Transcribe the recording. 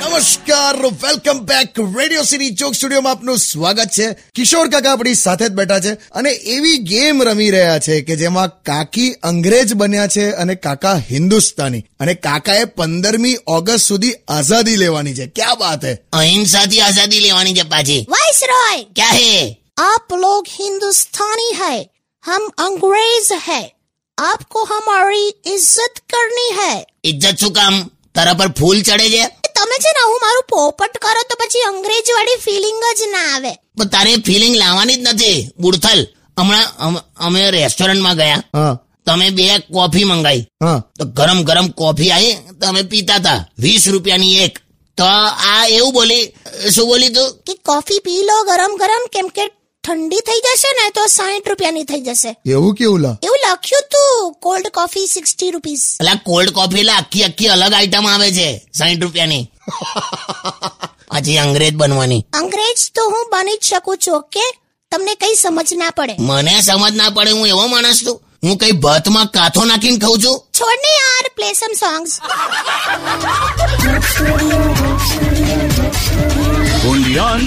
નમસ્કાર welcome back radio city joke સ્ટુડિયોમાં આપનું સ્વાગત છે કિશોર કાકા આપણી સાથે જ બેઠા છે અને એવી ગેમ રમી રહ્યા છે કે જેમાં કાકી અંગ્રેજ બન્યા છે અને કાકા હિન્દુસ્તાની અને કાકાએ પંદરમી ઓગસ્ટ સુધી આઝાદી લેવાની છે ક્યાં વાત હે અહિંસાથી આઝાદી લેવાની છે પાછી वाइसरॉय ક્યાં હે आप लोग हिंदुस्तानी है हम अंग्रेज है आपको हमारी इज्जत करनी है ઇજ્જત શું કામ તારા પર ફૂલ ચડે છે તમે છે ને હું મારું પોપટ કરો તો પછી અંગ્રેજ વાળી ફિલિંગ જ ના આવે પણ તારે ફિલિંગ લાવવાની જ નથી બુડથલ હમણાં અમ- અમે રેસ્ટોરન્ટમાં ગયા હા તમે બે કોફી મંગાઈ હા તો ગરમ ગરમ કોફી આવી તો અમે પીતા હતા વીસ રૂપિયાની એક તો આ એવું બોલી શું બોલી તું કે કોફી પી લો ગરમ ગરમ કેમ કે ઠંડી થઈ જશે ને તો સાહીઠ રૂપિયાની થઈ જશે એવું કેવું લા એવું લખ્યું તું કોલ્ડ કોફી સિક્સટી રૂપીસ એટલે કોલ્ડ કોફી એટલે આખી આખી અલગ આઈટમ આવે છે સાઠ રૂપિયાની આજે અંગ્રેજ બનવાની અંગ્રેજ તો હું બની જ શકું છું ઓકે તમને કઈ સમજ ના પડે મને સમજ ના પડે હું એવો માણસ છું હું કઈ ભાતમાં કાથો નાખીને ખાઉં છું છોડ ને યાર play some songs only on